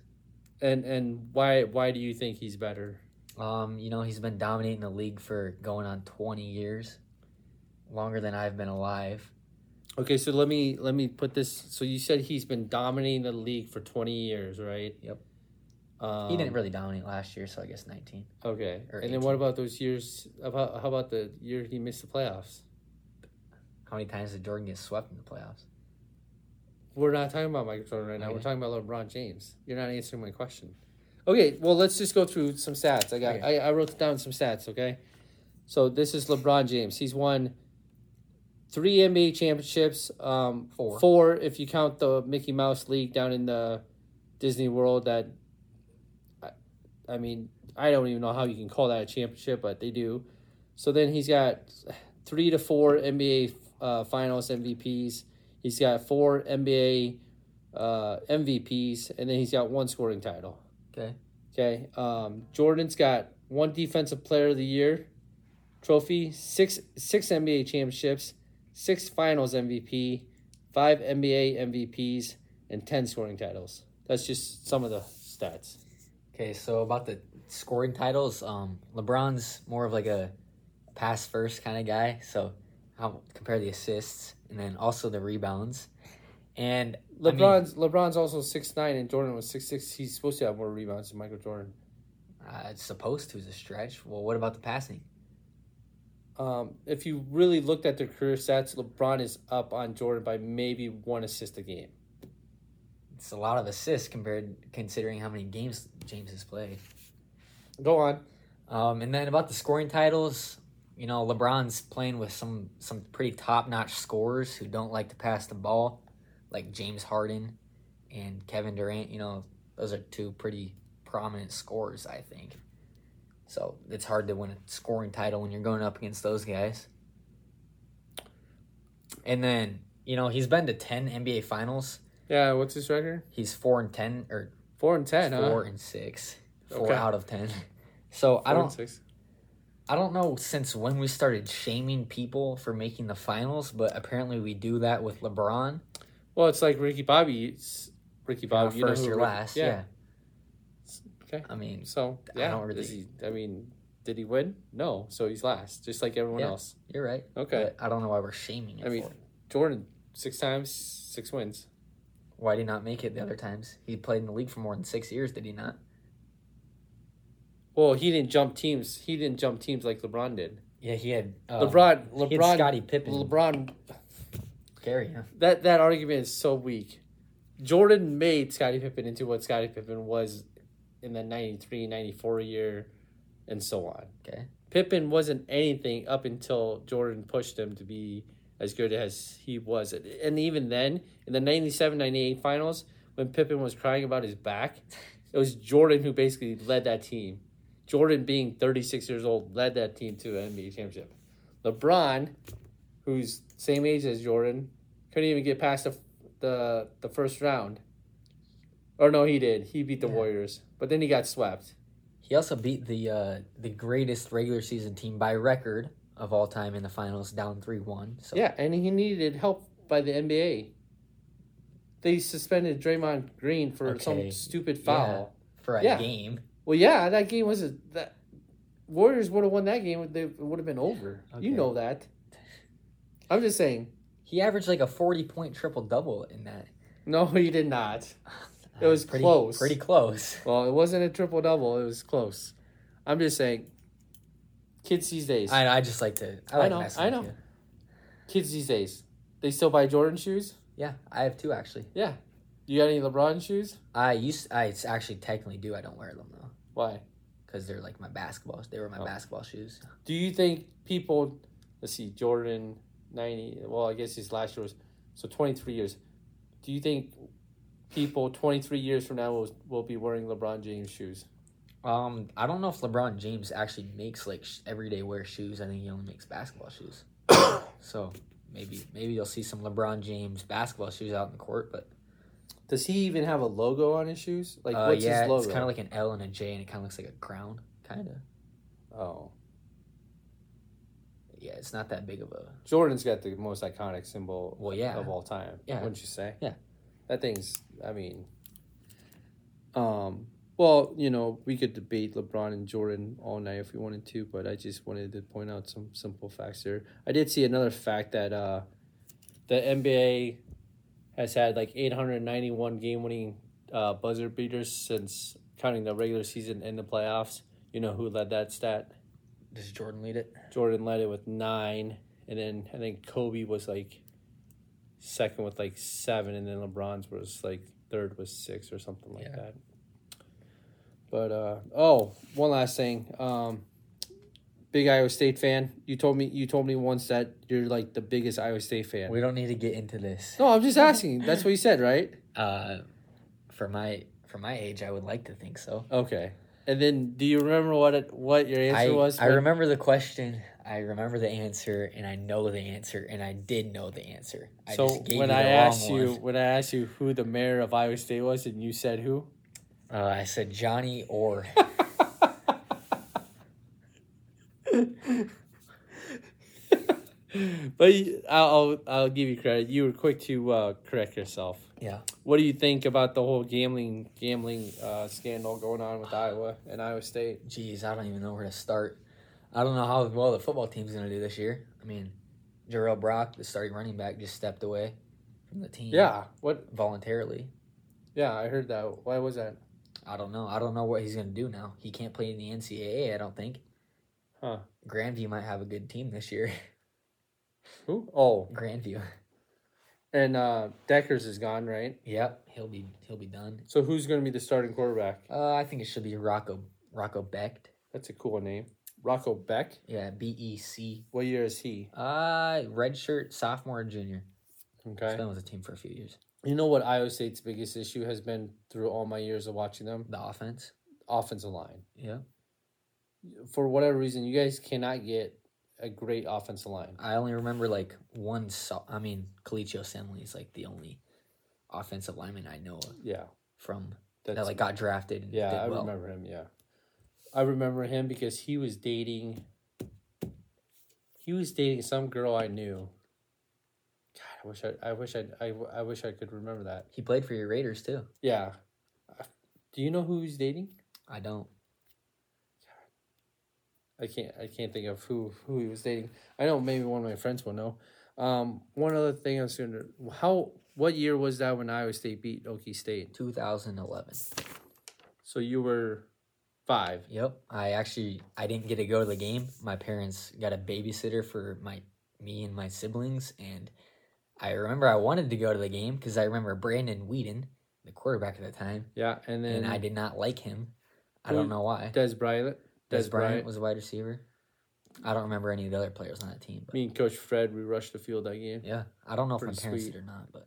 And and why why do you think he's better? Um, you know he's been dominating the league for going on 20 years, longer than I've been alive. Okay, so let me let me put this. So you said he's been dominating the league for twenty years, right? Yep. Um, he didn't really dominate last year, so I guess 19. Okay. or And then what about those years? About how about the year he missed the playoffs? How many times did Jordan get swept in the playoffs? We're not talking about Michael Jordan right now. We're Okay. talking about LeBron James. You're not answering my question. Okay, well let's just go through some stats. I got Okay. I, I wrote down some stats, okay? So this is LeBron James. He's won three NBA championships, um Four. four if you count the Mickey Mouse League down in the Disney World that I, I mean, I don't even know how you can call that a championship, but they do. So then he's got three to four NBA uh, Finals MVPs. He's got four NBA uh, MVPs, and then he's got one scoring title. Okay. Okay. Um, Jordan's got one Defensive Player of the Year trophy, six six NBA championships, six Finals MVP, five NBA MVPs, and ten scoring titles. That's just some of the stats. Okay, so about the scoring titles, um, LeBron's more of like a pass first kind of guy. So I'll compare the assists and then also the rebounds. And I mean- LeBron's LeBron's also six nine, and Jordan was six six. He's supposed to have more rebounds than Michael Jordan. uh, it's supposed to is a stretch. Well, what about the passing? Um, if you really looked at their career stats, LeBron is up on Jordan by maybe one assist a game. It's a lot of assists compared considering how many games James has played. Go on. Um, and then about the scoring titles, you know, LeBron's playing with some some pretty top notch scorers who don't like to pass the ball, like James Harden and Kevin Durant. You know, those are two pretty prominent scorers, I think. So it's hard to win a scoring title when you're going up against those guys. And then you know he's been to ten NBA Finals. Yeah, what's his record? He's four and ten or Four and ten, huh? four and six, four Okay. out of ten. So I Four don't and six. I don't know since when we started shaming people for making the finals, but apparently we do that with LeBron. Well, it's like Ricky Bobby. It's Ricky Bob, Bobby. you know first who or Ricky- last. Yeah. Okay. I mean, So I yeah, don't really- is he- I mean, did he win? No. So he's last, just like everyone Yeah. else. you're right. Okay. But I don't know why we're shaming him I mean- for it. Jordan six times, six wins. Why did he not make it the other times? He played in the league for more than six years, did he not? Well, he didn't jump teams. He didn't jump teams like LeBron did. Yeah, he had uh, LeBron, He had LeBron, Scottie Pippen. LeBron. Scary, huh? That that argument is so weak. Jordan made Scottie Pippen into what Scottie Pippen was in the 93, 94 year, and so on. Okay. Pippen wasn't anything up until Jordan pushed him to be as good as he was. And even then, in the 97 98 finals, when Pippen was crying about his back, it was Jordan who basically led that team. Jordan, being 36 years old, led that team to an NBA championship. LeBron, who's same age as Jordan, couldn't even get past the, the, the first round. Or no, he did. He beat the Yeah. Warriors, but then he got swept. He also beat the uh, the greatest regular season team by record of all time in the finals, down three one. So Yeah, and he needed help by the NBA. They suspended Draymond Green for Okay, some stupid foul. for a Yeah. game. Well, yeah, that game was a, that Warriors would have won that game. They it would have been over. Okay. You know that. I'm just saying. He averaged like a forty point triple double in that. No, he did not. It Uh, was pretty, close. Pretty close. Well, it wasn't a triple double. It was close. I'm just saying. Kids these days. I I just like to. I, I like know, messing I with know. you. Kids these days. They still buy Jordan shoes. Yeah, I have two actually. You got any LeBron shoes? I used. I s- actually technically do. I don't wear them though, Why? because they're like my basketball. They were my Oh. basketball shoes. Do you think people, let's see, Jordan 90, well, I guess his last year was, so 23 years. Do you think people 23 years from now will, will be wearing LeBron James shoes? Um, I don't know if LeBron James actually makes like sh- everyday wear shoes. I think he only makes basketball shoes. so maybe maybe you'll see some LeBron James basketball shoes out in the court. But Does he even have a logo on his shoes? Like, uh, what's yeah, his logo? it's kind of like an L and a J, and it kind of looks like a crown, kind of. oh. Yeah, it's not that big of a. Jordan's got the most iconic symbol Well, yeah. of all time. Yeah. Wouldn't you say? Yeah. That thing's I mean um well, you know, we could debate LeBron and Jordan all night if we wanted to, but I just wanted to point out some simple facts there. I did see another fact that uh the NBA has had like 891 game winning uh, buzzer beaters since counting the regular season and the playoffs. You know who led that stat? Does Jordan lead it? Jordan led it with nine, and then I think Kobe was like second with like seven, and then LeBron's was like third with six or something like Yeah. that. But uh, oh, one last thing. Um, big Iowa State fan. You told me you told me once that you're like the biggest Iowa State fan. We don't need to get into this. no, I'm just asking. That's what you said, right? Uh, for my for my age, I would like to think so. Okay. And then, do you remember what it, what your answer I, was? I when- remember the question. I remember the answer, and I know the answer, and I did know the answer. I So just gave when you the I wrong asked you one. when I asked you who the mayor of Iowa State was, and you said who? uh, I said Johnny Orr. but you- I'll, I'll I'll give you credit. You were quick to uh, correct yourself. Yeah. What do you think about the whole gambling gambling uh, scandal going on with Iowa and Iowa State? Jeez, I don't even know where to start. I don't know how well the football team's gonna do this year. I mean, Jarrell Brock, the starting running back, just stepped away from the team. Yeah. What? Voluntarily. Yeah, I heard that. Why was that? I don't know. I don't know what he's gonna do now. He can't play in the NCAA. I don't think. Huh. Grandview might have a good team this year. Who? Oh, Grandview. and uh, Deckers is gone, right? Yep. He'll be he'll be done. So who's going to be the starting quarterback? Uh, I think it should be Rocco Rocco Becht. That's a cool name. Rocco Beck. Yeah, B E C. What year is he? Uh, redshirt sophomore and junior. He's Okay. been with the team for a few years. You know what Iowa State's biggest issue has been through all my years of watching them? The offense. Offensive line. Yeah. for whatever reason, you guys cannot get a great offensive line. I only remember like one. So- I mean, Calicio Semley is like the only offensive lineman I know of Yeah, from that's that like got drafted. And yeah. did I well. remember him. Yeah, I remember him because he was dating. He was dating some girl I knew. God, I wish I, I wish I, I, I wish I could remember that. He played for your Raiders too. Yeah. Do you know who he's dating? I don't. I can't I can't think of who who he was dating. I know maybe one of my friends will know. Um, one other thing I was gonna how what year was that when Iowa State beat Okie State? 2011. So you were five. Yep. I actually I didn't get to go to the game. My parents got a babysitter for my me and my siblings and I remember I wanted to go to the game cuz I remember Brandon Whedon, the quarterback at the time, Yeah, and then and I did not like him. I Who- don't know why. Des Bryant. Des Bryant was a wide receiver. I don't remember any of the other players on that team, but Me and Coach Fred, we rushed the field that game. yeah, I don't know if my Pretty parents sweet. did or not, but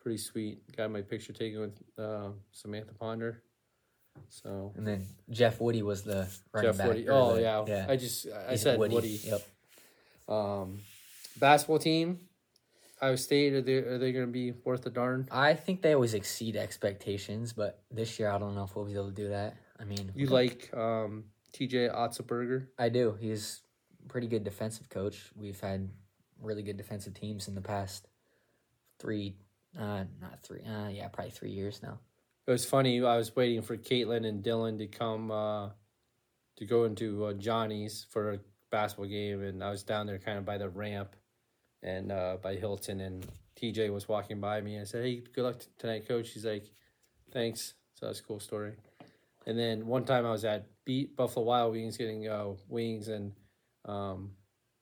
Pretty sweet. Got my picture taken with uh, Samantha Ponder. So and then Jeff Woody was the running Jeff back. Woody. or Oh the- yeah. yeah. I just I He's said Woody. Yep. Um, basketball team. Iowa State are they are they going to be worth a darn? I think they always exceed expectations, but this year I don't know if we'll be able to do that. I mean, You like um, TJ Otzelberger? I do. He's a pretty good defensive coach. We've had really good defensive teams in the past three, uh, not three, uh, yeah, probably three years now. It was funny. I was waiting for Caitlin and Dylan to come uh, to go into uh, Johnny's for a basketball game, and I was down there kind of by the ramp and uh, by Hilton, and TJ was walking by me. I said, "Hey, good luck t- tonight, Coach." He's like, "Thanks." So that's a cool story. And then one time I was at Beat Buffalo Wild Wings getting uh, wings, and um,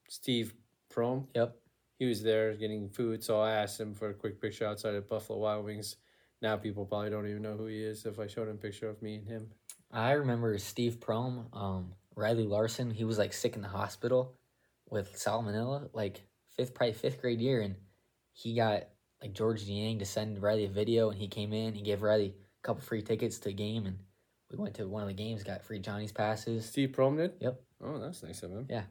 Steve Prom Yep. he was there getting food, so I asked him for a quick picture outside of Buffalo Wild Wings. Now people probably don't even know who he is if I showed him a picture of me and him. I remember Steve Prohm, um, Riley Larson. He was like sick in the hospital with salmonella, like fifth, probably fifth grade year, and he got like George Yang to send Riley a video, and he came in. He gave Riley a couple free tickets to a game, and we went to one of the games, got free Johnny's passes. Steve Promnett? Yep. Oh, that's nice of him. Yeah.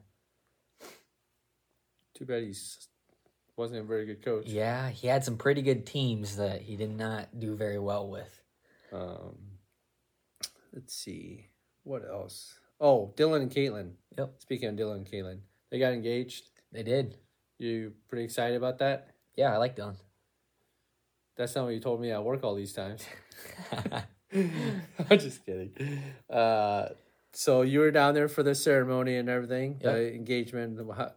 Too bad he's wasn't a very good coach. Yeah, he had some pretty good teams that he did not do very well with. Um, let's see. What else? Oh, Dylan and Caitlin. Yep. Speaking of Dylan and Caitlin, they got engaged. They did. You pretty excited about that? Yeah, I like Dylan. That's not what you told me at work all these times. I'm just kidding. Uh, so you were down there for the ceremony and everything, the Yep. engagement. the wha-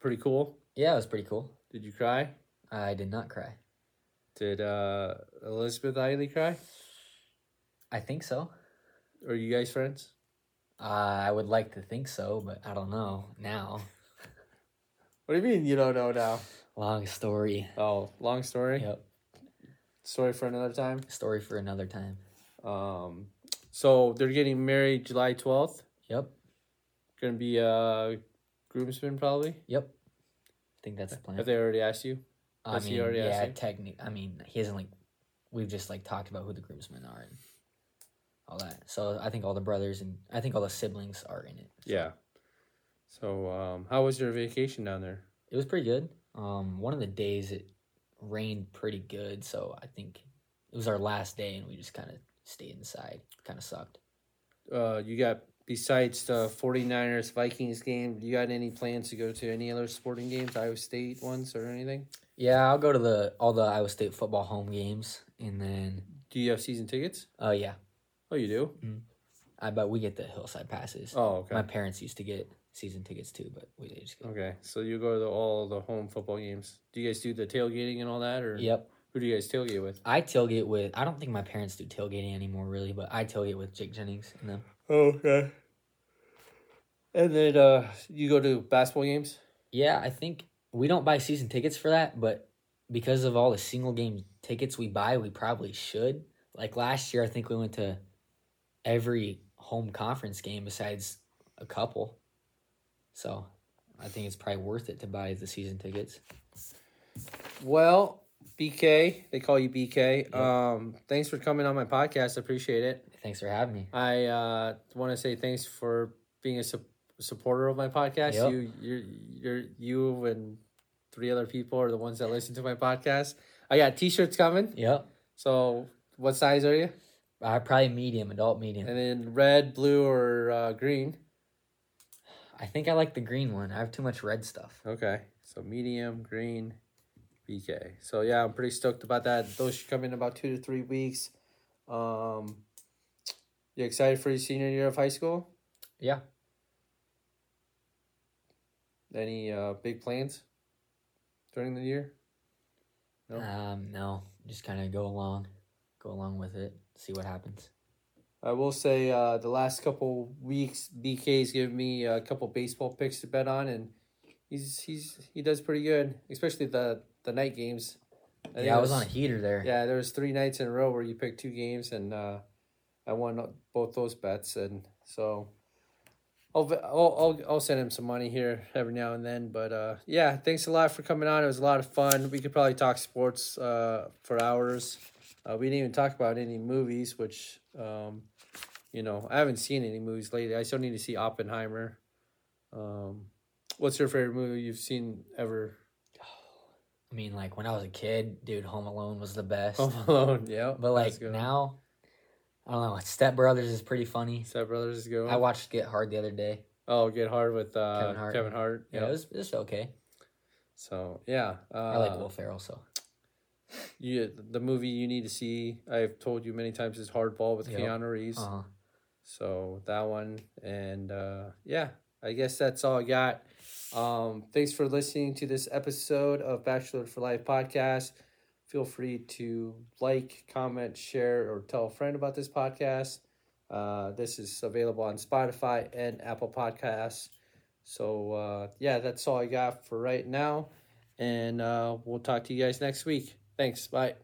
Pretty cool. yeah, it was pretty cool. Did you cry? I did not cry. Did uh, Elizabeth Eiley cry? I think so. Are you guys friends? Uh, I would like to think so, but I don't know now. What do you mean you don't know now? Long story. Oh, long story. Yep. Story for another time. Story for another time. Um, so they're getting married July twelfth. Yep. Gonna be a groomsman probably. Yep. I think that's the plan. Have they already asked you? I has he mean, already asked yeah, you? technically. I mean, he hasn't like. We've just like talked about who the groomsmen are and all that. So I think all the brothers and I think all the siblings are in it. Yeah. So um, how was your vacation down there? It was pretty good. Um, one of the days it rained pretty good, so I think it was our last day, and we just kind of stayed inside. Kind of sucked. uh, you got besides the 49ers Vikings game, you got any plans to go to any other sporting games, Iowa State ones or anything? Yeah, I'll go to the all the Iowa State football home games, and then Do you have season tickets? oh yeah, Oh, you do? I bet we get the hillside passes. Oh, okay. Oh, My parents used to get season tickets too, but we they just go. Okay, so you go to all the home football games. Do you guys do the tailgating and all that, or Yep, who do you guys tailgate with? I tailgate with. I don't think my parents do tailgating anymore, really, but I tailgate with Jake Jennings and them. Okay. And then uh, you go to basketball games. Yeah, I think we don't buy season tickets for that, but because of all the single game tickets we buy, we probably should. Like last year, I think we went to every home conference game besides a couple. So I think it's probably worth it to buy the season tickets. Well, BK, they call you BK. Um, thanks for coming on my podcast. I appreciate it. Thanks for having me. I uh, want to say thanks for being a sup- supporter of my podcast. Yep. You, you're, you're, you and three other people are the ones that listen to my podcast. I got t-shirts coming. Yep. So, what size are you? I probably medium, adult medium. And then red, blue, or uh, green. I think I like the green one. I have too much red stuff. Okay. So medium, green, BK. So yeah, I'm pretty stoked about that. Those should come in about two to three weeks. Um, you excited for your senior year of high school? Yeah. Any uh, big plans during the year? Nope. Um, no, just kind of go along, go along with it, see what happens. I will say uh, the last couple weeks, BK's given me a couple baseball picks to bet on, and he's he's he does pretty good, especially the the night games. I think yeah, I it was on a heater there. Yeah, there was three nights in a row where you picked two games, and uh, I won both those bets, and so I'll, I'll I'll I'll send him some money here every now and then. But uh, yeah, thanks a lot for coming on. It was a lot of fun. We could probably talk sports uh, for hours. Uh, we didn't even talk about any movies, which um, you know I haven't seen any movies lately. I still need to see Oppenheimer. Um, what's your favorite movie you've seen ever? I mean, like when I was a kid, dude, Home Alone was the best. Home Alone, yeah. but that's like good. now, I don't know. Step Brothers is pretty funny. Step Brothers is good. I watched Get Hard the other day. Oh, get hard with uh, Kevin Hart. Kevin Hart. Yeah. Yeah, it was it was okay. So yeah, uh, I like Will Ferrell, so you, the movie you need to see. I've told you many times is Hardball with Yep. Keanu Reeves. uh So that one, and uh, yeah, I guess that's all I got. Um, thanks for listening to this episode of Bachelor for Life podcast. Feel free to like, comment, share, or tell a friend about this podcast. Uh, this is available on Spotify and Apple Podcasts. So uh, yeah, that's all I got for right now, and uh, we'll talk to you guys next week. Thanks. Bye.